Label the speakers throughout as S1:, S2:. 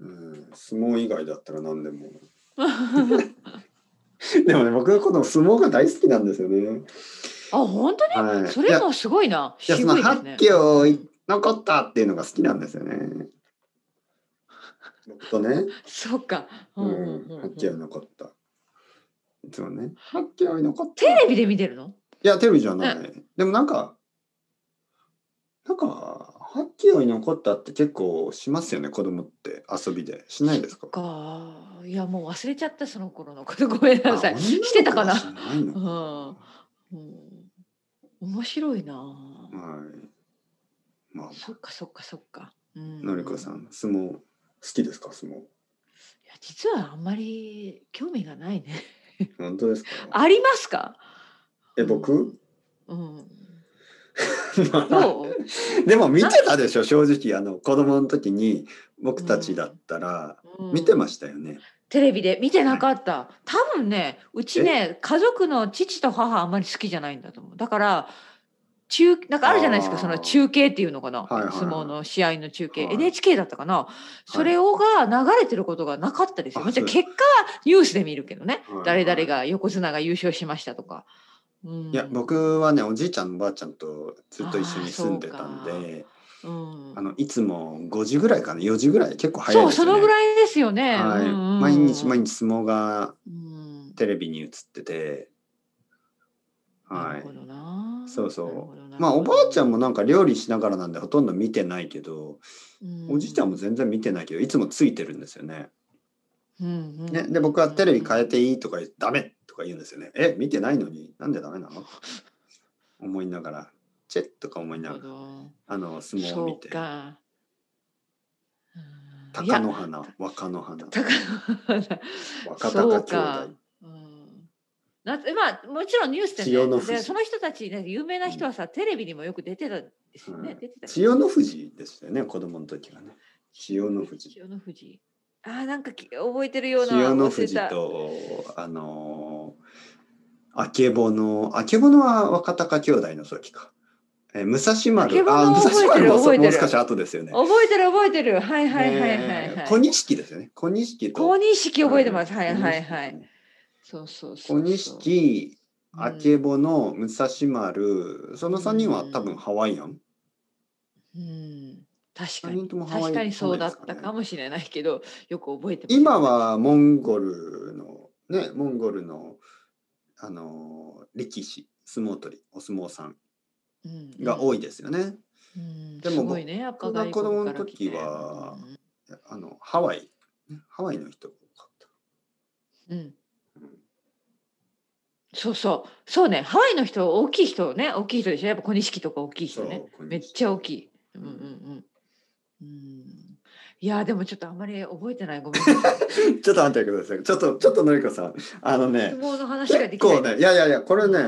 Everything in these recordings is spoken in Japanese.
S1: うん、相撲以外だったら何でも。でもね、僕はこの相撲が大好きなんですよね。
S2: あ本当に、
S1: はい。
S2: そ
S1: い
S2: れ
S1: や
S2: もすごいな。
S1: いや、そ
S2: 渋
S1: の
S2: いです
S1: 発
S2: ね。
S1: 狂残ったっていうのが好きなんですよね。僕とね、
S2: そっか。う
S1: うん
S2: うん
S1: ん
S2: うんう、ん
S1: 発狂残った。いつもね、発狂残った。
S2: テレビで見てるの？
S1: いや、テレビじゃない。でもなんか、なんか、はっきり残ったって結構しますよね、子供って遊びで。しないですか
S2: そっか。いやもう忘れちゃったその頃のことごめんなさ
S1: あ
S2: い。してたかな
S1: 女の子はしないの
S2: う
S1: か
S2: ん。うん面白いな。
S1: はい。まあ、
S2: そっかそっかそっか。うん
S1: のりこさ。ん、相撲、好きですか、相撲。
S2: いや実はあんまり興味がないね。
S1: 本当ですか
S2: ありますか？
S1: え、僕
S2: うん。
S1: まあ
S2: どう？
S1: でも見てたでしょ、正直。あの、子供の時に、僕たちだったら、
S2: うん
S1: 見てましたよね。
S2: テレビで見てなかった。多分ね、うちね、家族の父と母あんまり好きじゃないんだと思う。だから、中、なんかあるじゃないです
S1: あ
S2: か、
S1: ー
S2: その中継っていうのかな。
S1: はいはいはい
S2: 相撲の試合の中継、
S1: はい
S2: NHK だったかな。それをが流れてることがなかったですよ。
S1: あ
S2: もちろん
S1: そ
S2: 結果はニュースで見るけどね。
S1: はい
S2: 誰々が横綱が優勝しましたとか。うん
S1: いや、、僕はねおじいちゃんおばあちゃんとずっと一緒に住んでたん
S2: あー
S1: で
S2: うん
S1: あ、のいつも5時ぐらいかな4時ぐらい結構早いで
S2: そう、
S1: すよ
S2: そ
S1: ね
S2: のぐらいですよね。
S1: はい
S2: うんうんうん
S1: 毎日毎日相撲が
S2: うん
S1: テレビに映ってて
S2: な
S1: は
S2: る
S1: い
S2: ほどな。
S1: そうそう
S2: なるほどな
S1: まあおばあちゃんも
S2: な
S1: なんか料理しながらなんでほとんど見てないけどおじいちゃんも全然見てないけどいつもついてるんですよね。
S2: うんうん
S1: ねで僕はテレビ変え
S2: て
S1: ていいとか言ってダメとか言うんですよね。え見てないのになんでダメなの思いながらチェッとか思いながらあの相撲を
S2: そ
S1: 見
S2: う
S1: て。
S2: か。うんい
S1: 鷹
S2: や
S1: の花、若の花、
S2: 高野
S1: 若
S2: そ
S1: 鷹
S2: うか
S1: 兄弟。
S2: うんなまあもちろんニュースで,、
S1: 千代の
S2: ね、
S1: 富士
S2: でその人たち、ね、有名な人はさ、テレビにもよく出てたんですよね。
S1: うん
S2: 出てた
S1: 千代の富士でしたよね、子供の時はね。千代の富士。
S2: 千代の富士。あーなんかき覚えてるような。
S1: 千代の富士
S2: 忘れた
S1: と、あのー、あけぼの、あけぼのは若鷹兄弟の時か。えー武蔵
S2: あけ
S1: 丸、
S2: ぼの
S1: あ、武蔵丸も
S2: 覚
S1: そも
S2: えてる覚えてる
S1: う少し後ですよね。
S2: 覚えてる覚えてる。はいはいはいはい、
S1: ね
S2: は
S1: え
S2: い。
S1: 小錦ですよね。小錦と。
S2: 小錦覚えてます。はいはい
S1: 小
S2: は
S1: 錦
S2: い。
S1: ね。
S2: そうそうそうそ
S1: 小
S2: う。
S1: 錦、
S2: うん
S1: あけぼの、武蔵丸、その3人は多分ハワイアン。
S2: うん確か
S1: 三人
S2: に
S1: ともハワイ
S2: 確かにそうだっ
S1: ハワイ
S2: た
S1: ですかね
S2: かもしれないけどよく覚えてます
S1: 今はモンゴルのねモンゴルのあのー力士相撲取りお相撲さんが
S2: い、
S1: 多いですよね。
S2: うん
S1: ですも
S2: ごいねやっぱ
S1: 僕が
S2: 外国
S1: 子供の
S2: から来て
S1: 時はあのハワイハワイの人が多かっ
S2: うん、うんそうそうそうねハワイの人大きい人ね大きい人でしょやっぱ小錦とか大きい
S1: た。
S2: 人ね
S1: そう
S2: めっちゃ大き
S1: い。
S2: いうんうんうんうんいやでもちょっとあんまり覚えてないごめんな さい
S1: ちょっと待ってください。ちょっとちょっとのりこさんあの
S2: 相
S1: ね
S2: 撲の話が
S1: 結
S2: できない
S1: 構ねいやいやいやこれね。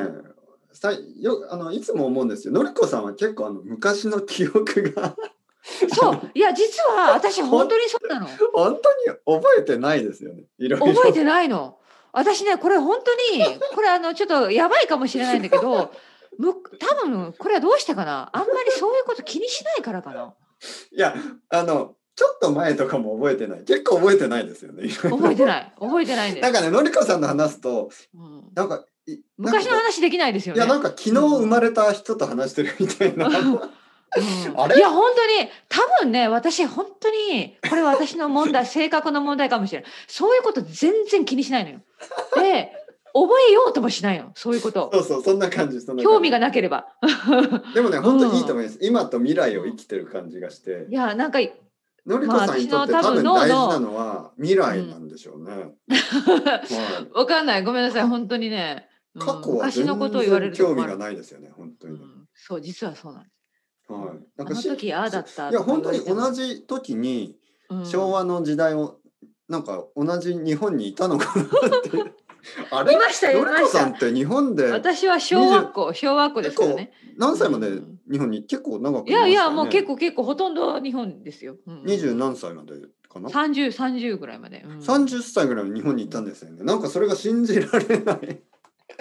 S1: さいよあのいつも思うんですよ。のりこさんは結構あの昔の記憶が
S2: そういや実は私本当にそうなの
S1: 本当に覚えてないですよね。いろいろ。
S2: 覚えてないの。私ね、これ本当に、これあの、ちょっとやばいかもしれないんだけど、む多分これはどうしてかな。あんまりそういうこと気にしないからかな。
S1: いや、あの、ちょっと前とかも覚えてない。結構覚えてないですよね。
S2: 覚えてない。覚えてないん で
S1: なん
S2: す。
S1: かね、のりこさんの話すと、
S2: うん、
S1: なんか、い
S2: 昔の
S1: なんか
S2: 話できないですよ
S1: い
S2: ね。
S1: や、なん
S2: か
S1: か昨日生まれた人と話してるみたいな。あれ
S2: いや本当に多分ね私本当にこれは私の問題性格の問題かもしれないそういうこと全然気にしないのよで覚えようともしないのそういうこと
S1: そうそう、そんな感じ。そんな感じ
S2: 興味がなければ
S1: でもね、本当にいいと思います。今と未来を生きてる感じがして
S2: い、やなんか
S1: のりこさんにとって
S2: ま
S1: 多
S2: あ私の多分
S1: 分
S2: 脳の
S1: 大事なのは未来なんでしょうね。はい
S2: わかんない。ごめんなさい。本当にね。うん
S1: 過去は
S2: 昔
S1: 全
S2: のことを言われ
S1: 然
S2: る
S1: 興
S2: と
S1: 味
S2: 困る
S1: がないですよね、本当
S2: う
S1: に。
S2: んそう、実はそうなんです。
S1: はい。
S2: あ
S1: なん
S2: の
S1: かし
S2: 時ああだった
S1: いや、本当に
S2: とか言わ
S1: 同
S2: れて
S1: じ時に、
S2: も、うん
S1: 昭和の時代をなんか同じ日本にいたのかなって あ
S2: い
S1: れ
S2: ました、い
S1: の
S2: ま
S1: りこ
S2: し
S1: さん
S2: た
S1: っ。て日本で
S2: 私は小学校、小学校ですからね。
S1: 何歳まで
S2: うん
S1: 日本に結構長く
S2: いやいや、もう結
S1: 構
S2: 構結構ほとんど日本ですよ。うん
S1: 二十何歳までかな
S2: 三十三十ぐらいまで。うん
S1: 30歳ぐらいの日本にいたんですよねなんかそれが信じられない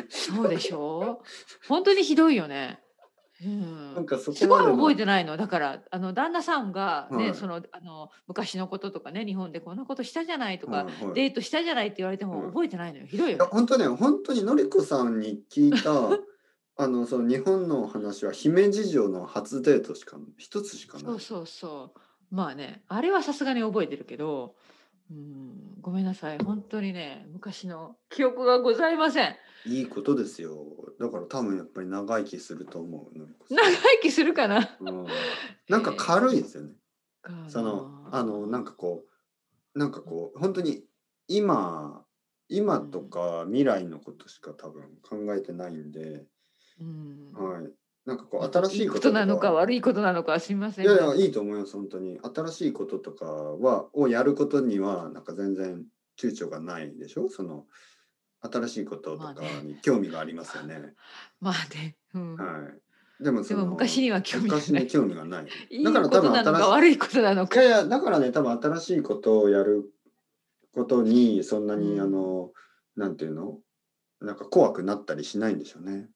S2: そうでしょう。本当にひどいよね。うん
S1: なんかそこ
S2: すごい
S1: までの
S2: 覚えてないのだからあの旦那さんが、ね
S1: はい
S2: そのあの昔のこととかね日本でこんなことしたじゃないと
S1: はい
S2: か、
S1: はい
S2: デートしたじゃないって言われても
S1: うん
S2: 覚えてないのよひどいよ
S1: いや
S2: ね、
S1: 本当ね本当にのりこさんに聞い たあのその日本のお話は姫路城の初デートしか一つしか
S2: そ
S1: ないう
S2: そうそうまあねあれはさすがに覚えてるけどうんごめんなさい本当にね昔の記憶がございません
S1: いいことですよだから多分やっぱり長生きすると思うのりこさん
S2: 長生きするかな
S1: うんなんか軽いですよね、その
S2: かな
S1: あのなんかこうなんかこう本当に今今とか未来のことしか多分考えてないんで、
S2: うん
S1: はいなんかこう新しい
S2: こ
S1: ことと
S2: なの
S1: は
S2: か悪いことなのかすみません
S1: いやいやいいと思います本当に新しいこととかはをやることにはなんか全然躊躇がないでしょその新しいことと
S2: まあ
S1: か
S2: ね
S1: に興味がありますよね。
S2: まあね、うん
S1: はい。でも
S2: で
S1: その
S2: も昔には興味が
S1: 昔
S2: な
S1: に
S2: い
S1: 興味がない。
S2: いい
S1: だ
S2: こ
S1: から
S2: と
S1: 多分
S2: なのか
S1: 新しい
S2: 悪いことなの
S1: い
S2: か。
S1: やいやだからね多分新しいことをやることにそんなに、
S2: うん
S1: あのなんていうのなんか怖くなったりしないんでしょうね。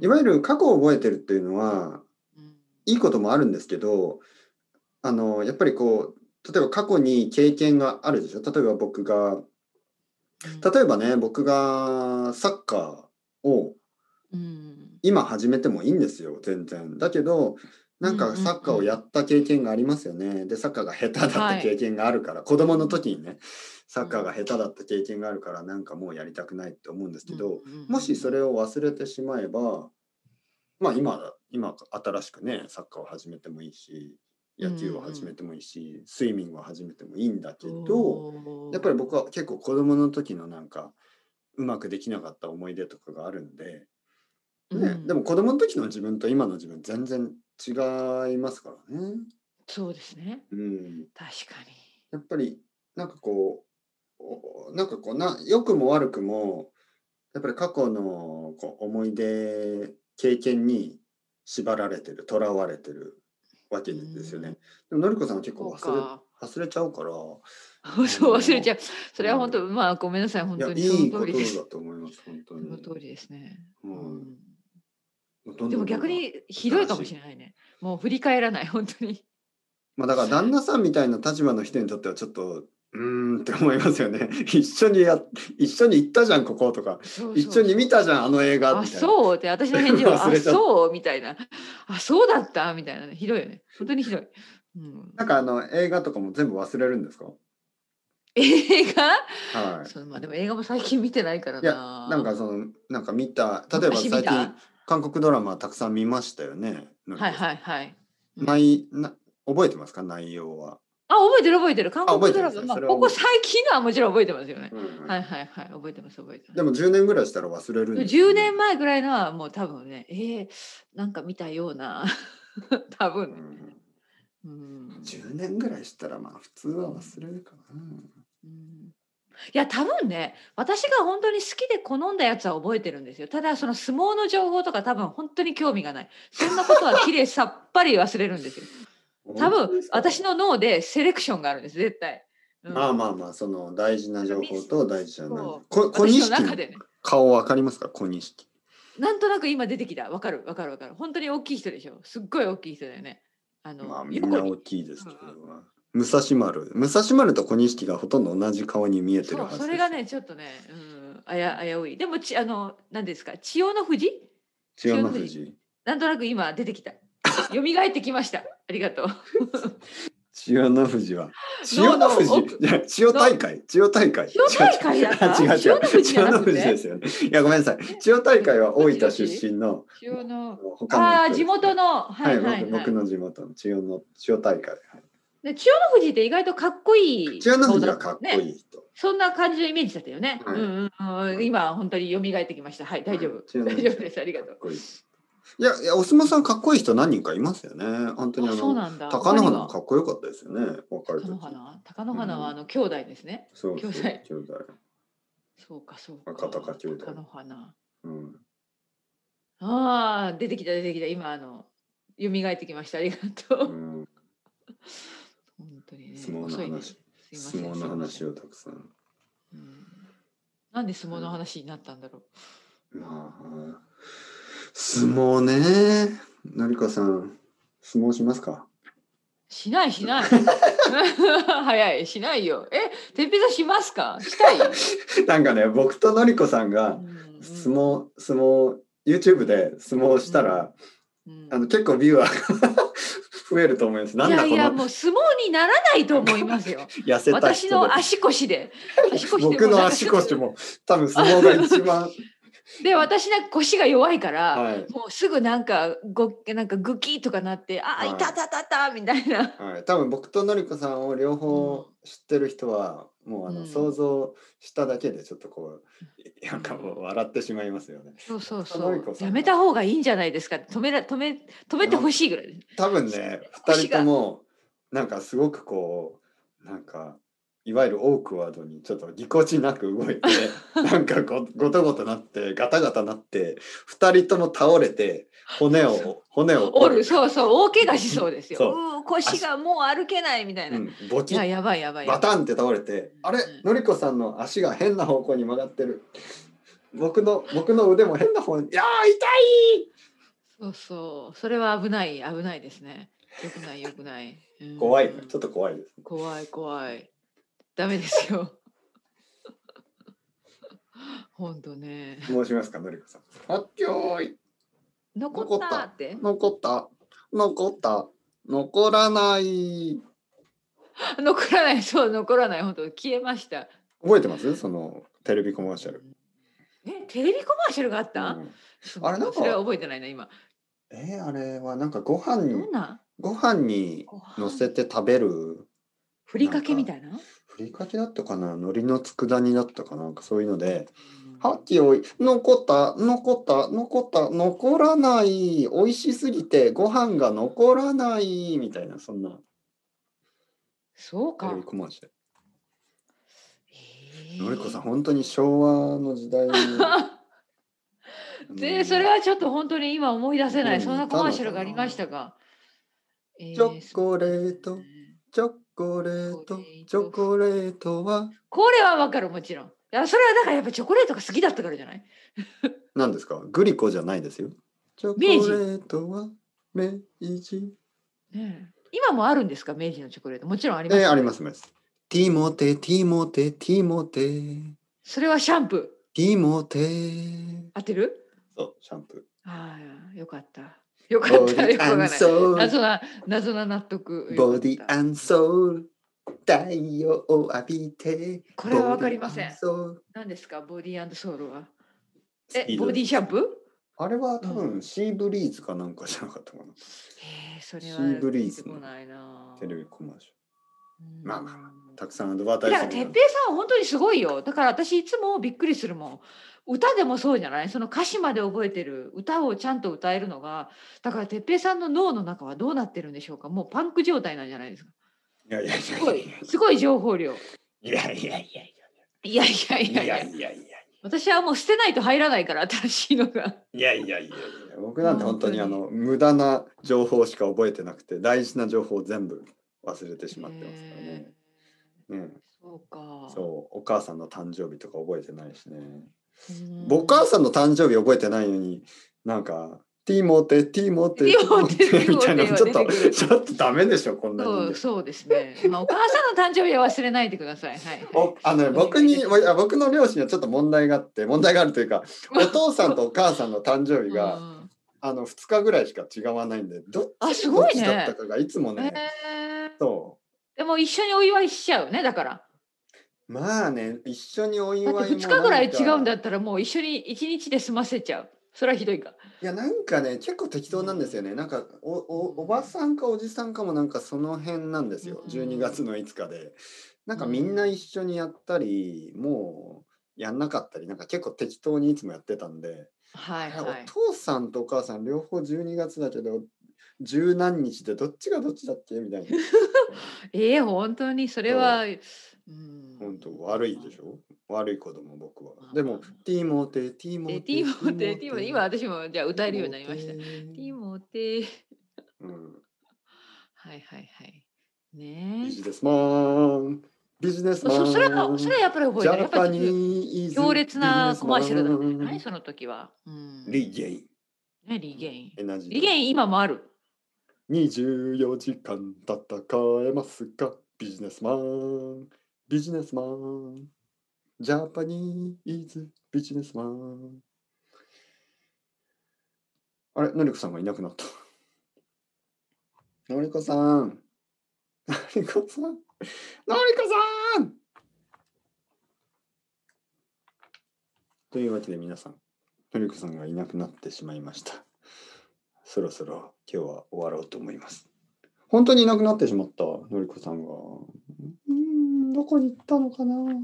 S1: いわゆる過去を覚えてるっていうのは
S2: うん
S1: いいこともあるんですけどあのやっぱりこう例えば過去に経験があるでしょ例えば僕が例えばね僕がサッカーを
S2: うん
S1: 今始めてもいいんですよ全然。だけどなん
S2: うんうん
S1: か
S2: うん
S1: サッカーをやった経験がありますよね。でサッカーが下手だった経験があるから、子供の時にねサッカーが下手だった経験があるからなんかもうやりたくないって思うんですけど、
S2: うん
S1: もしそれを忘れてしまえばまあ今だ今新しくねサッカーを始めてもいいし野球を始めてもいいし、スイミングを始めてもいいんだけど。
S2: おー
S1: やっぱり僕は結構子供の時のなんかうまくできなかった思い出とかがあるんで、ね
S2: うん
S1: でも子供の時の自分と今の自分全然違いますからね。
S2: そうですね
S1: うん、
S2: 確かに。
S1: やっぱりなんかこうおなんかこうな良くも悪くもやっぱり過去のこう思い出経験に縛られてる囚われてるわけですよね。でものりこさんは結構
S2: そう
S1: 忘
S2: か
S1: れ忘れちゃうから
S2: そう忘れちゃう。それは本当まあごめんなさい本
S1: いや
S2: 当
S1: い
S2: にそ
S1: い
S2: の
S1: こ
S2: 通
S1: と
S2: りです。
S1: だと思います本当
S2: そ
S1: に
S2: の。通りですね。
S1: うん
S2: うん
S1: どんどん
S2: でも逆
S1: どんどん。
S2: にひどいかもしれないね。もう振り返らない本当に。
S1: まあだから旦那さんみたいな立場の人にとってはちょっと、うーんって思いますよね。 一緒にや、一緒に行ったじゃん、こことか。
S2: そうそう
S1: 一緒に見たじゃん、あの映画。
S2: あ
S1: みたいな
S2: そうって私の返事は
S1: 忘
S2: あ
S1: れちゃった
S2: そうみたいなあそうだったみたいなねひどいよね本当にひどい、うん、
S1: なんかあの映画とかも全部忘れるんですか
S2: 映画
S1: はい。
S2: そうまあでも映画も最近見てないから
S1: いや
S2: な
S1: なんかその、なんか見た、例えば
S2: 昔見
S1: 最
S2: た
S1: 近、韓国ドラマたくさん見ましたよね。
S2: はいはいはいうん
S1: 内な覚えてますか、内容は。
S2: あ覚えてる覚えてる韓国ドラ
S1: 覚えて
S2: マ、
S1: る
S2: まあ、
S1: それは
S2: ここ最近のはもちろん覚えてますよね、
S1: うん
S2: はいはいはい覚えてます覚えてます
S1: でも10年ぐらいしたら忘れるんですよ
S2: 10年前ぐらいのはもう多分ねえー、なんか見たような 多分ね、うん
S1: 10年ぐらいしたらまあ普通は忘れるかな。
S2: うんいや多分ね私が本当に好きで好んだやつは覚えてるんですよただその相撲の情報とか多分本当に興味がないそんなことはきれいさっぱり忘れるんですよ多
S1: 本当
S2: 分
S1: ですか
S2: 私の脳でセレクションがあるんです絶対、うん
S1: まあまあまあその大事な情報と大事じゃない
S2: そう
S1: こ小
S2: 私の
S1: 錦
S2: 中
S1: の
S2: でね
S1: 顔わかりますか小錦
S2: なんとなく今出てきたわかるわかるわかる本当に大きい人でしょすっごい大きい人だよねあの、
S1: まあみん
S2: 横
S1: な
S2: に
S1: 大きいですけど武蔵丸武蔵丸と小錦がほとんど同じ顔に見えてる
S2: そ
S1: は
S2: う
S1: ずです
S2: それがねちょっとね、うん、あや危ういでもちあの何ですか千代の富士
S1: 千代の富士
S2: なんとなく今出て きた。蘇ってきました。ありがとう。
S1: 千代の富士は千代の富
S2: 脳の
S1: 士
S2: 奥
S1: いや千代大会千代大会
S2: 千代大会だった
S1: 違う違う
S2: 千代の富士
S1: 千
S2: じゃ
S1: 代
S2: な
S1: の
S2: くて
S1: 富士ですよねいやごめんなさい千代大会は大分出身の
S2: 千代の。
S1: 他の人
S2: ああー、
S1: です
S2: 地元の。は
S1: はいい
S2: はい、
S1: 僕
S2: はい
S1: 僕の地元の千代の千代大会はい
S2: で千代の富士って意外とかっこいい。
S1: 千代の富士はかっこ
S2: ね
S1: いい人
S2: そんな感じのイメージだったよね。
S1: はい
S2: うんうんうん、今本当に蘇ってきました。はい、大丈夫。
S1: 千代の
S2: 大
S1: 富士
S2: 丈夫です。ありがと
S1: か
S2: う
S1: っ。こいい。いやいや、お相撲さんかっこいい人何人かいますよね。本当にあ
S2: あそう
S1: の、
S2: なんだ。
S1: 高野花も
S2: 他
S1: かっこよかったですよね。若い
S2: には高野
S1: 時。
S2: 花。高野花はあの兄弟ですね。
S1: そうそう、
S2: 兄
S1: 兄
S2: 弟
S1: 弟。
S2: そうかそう
S1: 若
S2: か。
S1: 隆兄弟
S2: 高野花。
S1: うん。
S2: ああ、出てきた出てきた。今あの蘇ってきました。ありがと
S1: う
S2: う。
S1: ん、
S2: 本当にね。
S1: 相撲の
S2: 遅いね
S1: 話
S2: すいま
S1: 相
S2: せん
S1: 撲の話をたくさん。
S2: うんなんで相撲の話になったんだろ
S1: まあ、相撲ね。のりこさん、相撲しますか
S2: しないしない。早いしないよ。え、てっぺいさんしますか。したい。
S1: なんかね、僕とのりこさんが
S2: うん
S1: 相撲、相撲、YouTube で相撲したら、
S2: うん
S1: あの結構ビューアーが 増えると思います。なんだ
S2: いや
S1: こ
S2: いや
S1: の
S2: もう相撲にならないと思いま すよ。
S1: 痩せた
S2: 私
S1: 人で
S2: の。足腰で。 足腰で
S1: 僕
S2: うなん
S1: の
S2: か
S1: 足腰も多分相撲が一 番。
S2: で私なんか腰が弱いから、
S1: はい
S2: もうすぐなんかごなんかグキーとかなってあ、
S1: はい
S2: いたたたたみたいな。
S1: はい、多分僕とのりこさんを両方知ってる人は、もうあの、
S2: うん
S1: 想像しただけでちょっとこう
S2: ん
S1: なんかもう笑ってしまいますよね。
S2: そうそう
S1: そ
S2: そ
S1: のりこ
S2: う。
S1: さん
S2: やめた方がいいんじゃないですか。止めら止め止めてほしいぐらい。
S1: 多分ね二
S2: 腰
S1: 人
S2: が
S1: ともなんかすごくこうなんかいわゆるオークワードにちょっとぎこちなく動 いてなんかごごとごとなってガタガタなって二人とも倒れて骨を骨 を
S2: おるそうそう大怪我しそうですよ。
S1: そう
S2: うー腰がもう歩けないみたいうな。い
S1: ん、ボキ
S2: や
S1: ッ
S2: やばいやばいやば
S1: バ
S2: い
S1: タンって倒れて「あれ
S2: うん
S1: のりこさんの足が変な方向に曲がってる」僕の僕の腕も変な方に「いやー痛い!
S2: そうそうそれは危ない危ないですね。よくないよくない。うん」
S1: 怖いちょっと怖いです
S2: 怖い怖い。ダメですよ。 本当ね。
S1: 申しますかのりこさん「あっきょーい」
S2: 残った
S1: 残
S2: って。
S1: 残った残った残らない
S2: 残らないそう残らない本当消えました。
S1: 覚えてますそのテレビコマーシャル、
S2: えテレビコマーシャルがあった？
S1: うん
S2: そう
S1: あれなんか
S2: それは覚えてないな今。
S1: えーあれはなんかご飯に
S2: どんな？
S1: ご飯に
S2: ご飯
S1: 乗せて食べる
S2: ふりかけみたいな？
S1: ふりかけだったかな海苔の佃煮だったかななんかそういうので
S2: うん
S1: 「はっきおい残った残った残った残らない美味しすぎてご飯が残らない」みたいなそんな
S2: そう
S1: テ
S2: か
S1: レビ。コマーシャル
S2: えー
S1: のりこさん本当に昭和の時代に
S2: でそれはちょっと本当に今思い出せな
S1: う
S2: い、
S1: ん
S2: そんなコマーシャルがありましたが。えー
S1: チョコレート
S2: そうね
S1: チョコレート、チョコレートは。
S2: これはわかるもちろん。いやそれはだからやっぱチョコレートが好きだったからじゃない
S1: 何ですかグリコじゃないですよ。チョコレートは明治。
S2: ねえ今もあるんですか明治のチョコレートもちろんあります、
S1: えー、あります、あります。ティモテ、ティモテ、ティモテ、
S2: それはシャンプ
S1: ティモテ。
S2: ー当てる
S1: そう、シャンプ
S2: ああよかったよか
S1: ー。ボ
S2: っ
S1: デ
S2: たよ
S1: ィ
S2: く
S1: ア
S2: わか
S1: ン
S2: んない
S1: ソー
S2: 謎な謎な納得
S1: ル。ボディア
S2: ン
S1: ンソール。太陽を浴びて。
S2: これはわかりません
S1: ボディアンソール
S2: 何ですかボディソウルはえ
S1: いいです
S2: ボディシャンプー
S1: あれは多
S2: う
S1: 分シーブリーズかなんかじゃなかったかな。
S2: へえそれは
S1: シーブリーズ
S2: 出て
S1: の
S2: こないな
S1: テレビコマーシャ
S2: うん
S1: まあまあル。たくさんアドバタイ
S2: だか
S1: ス
S2: ら
S1: メント
S2: 哲平さんは本当にすごいよだから私いつもびっくりするもん歌でもそうじゃないその歌詞まで覚えてる歌をちゃんと歌えるのがだから哲平さんの脳の中はどうなってるんでしょうかもうパンク状態なんじゃないですか
S1: いやいやい
S2: すご
S1: や
S2: いすごい情報量
S1: いやいやいやい
S2: いやいやい
S1: や
S2: や
S1: い
S2: い
S1: や
S2: や
S1: いやいや
S2: 私はもう捨てないと入らないから新しいのが
S1: いやいやいやいや僕なんて本当にあの無駄な情報しか覚えてなくて大事な情報を全部忘れてしまってますからね
S2: へ。
S1: うん、
S2: ーそうか
S1: そうお母さんの誕生日とか覚えてないしね。
S2: うん
S1: お母さんの誕生日覚えてないのになんかティモテティモテ
S2: ティモテ
S1: ティモテみたいなのちょっ
S2: ティ
S1: と
S2: モテが出てく
S1: ちょっとダメでしょこんな
S2: そ
S1: に
S2: う。そうですね、まあ、お母さんの誕生日は忘れないでくださいはい、はい
S1: おあのね 僕にあ僕の両親にはちょっと問題があって問題があるという かお父さんとお母さんの誕生日が
S2: うん
S1: あの2日ぐらいしか違わないんでどっ
S2: あ
S1: ち
S2: す
S1: ど
S2: ご
S1: っ
S2: い
S1: ち
S2: ね
S1: だったかがいつもね、
S2: へー
S1: そ
S2: でも一緒にお祝いしちゃうねだから
S1: うまあね一緒にお祝
S2: だ
S1: い
S2: っ
S1: も
S2: て2日ぐらい違うん
S1: な
S2: だ
S1: んか
S2: ったらもう一緒に1日で済ませちゃうそれはひどいか
S1: いやなんかね結構適当なんですよねなんかおおおばさんかおじさんかもなんかその辺なんですよ
S2: うん
S1: 12月の5日でなんかみんな一緒にやったりもうやんなかったりなんか結構適当にいつもやってたんで、
S2: はいはい
S1: お父さんとお母さん両方12月だけど十何日でどっちがどっちだっけみ たいな
S2: ええ本当にそれはうん
S1: 本当悪いでしょ悪い子供僕は
S2: まあ
S1: でもティーモテティーモ
S2: え
S1: テ
S2: ティーモテティーモテ今私もじゃあ歌えるようになりましたテ
S1: テ
S2: ィ
S1: ィ
S2: ー
S1: モ
S2: モテ
S1: テうん
S2: はいはいはいね
S1: ビジネスマンビジネ
S2: え
S1: スマ
S2: そ
S1: ン
S2: それはそれはやっぱり覚え
S1: ジ
S2: てるや
S1: ャ
S2: っぱ
S1: パニ
S2: り
S1: ーズ
S2: 強烈なコマーシャルだったんじゃな
S1: ビ
S2: い
S1: ジネス
S2: その時は、うん
S1: マンリゲイ
S2: ね、リゲイン。
S1: エナジー。
S2: リゲイン今もある。
S1: 24時間戦えますかビジネスマンビジネスマンジャパニーズビジネスマンあれのりこさんがいなくなったのりこさんのりこさんのりこさんというわけで皆さんのりこさんがいなくなってしまいましたそろそろ今日は終わろうと思います。本当にいなくなってしまった、のりこさんが。うーん、どこに行ったのかな。 まあ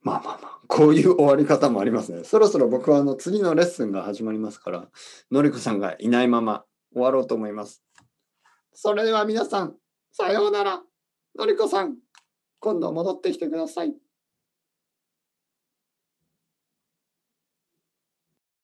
S1: まあまあ、こういう終わり方もありますね。そろそろ僕はあの次のレッスンが始まりますから、のりこさんがいないまま終わろうと思います。それでは皆さん、さようなら。のりこさん、今度戻ってきてください。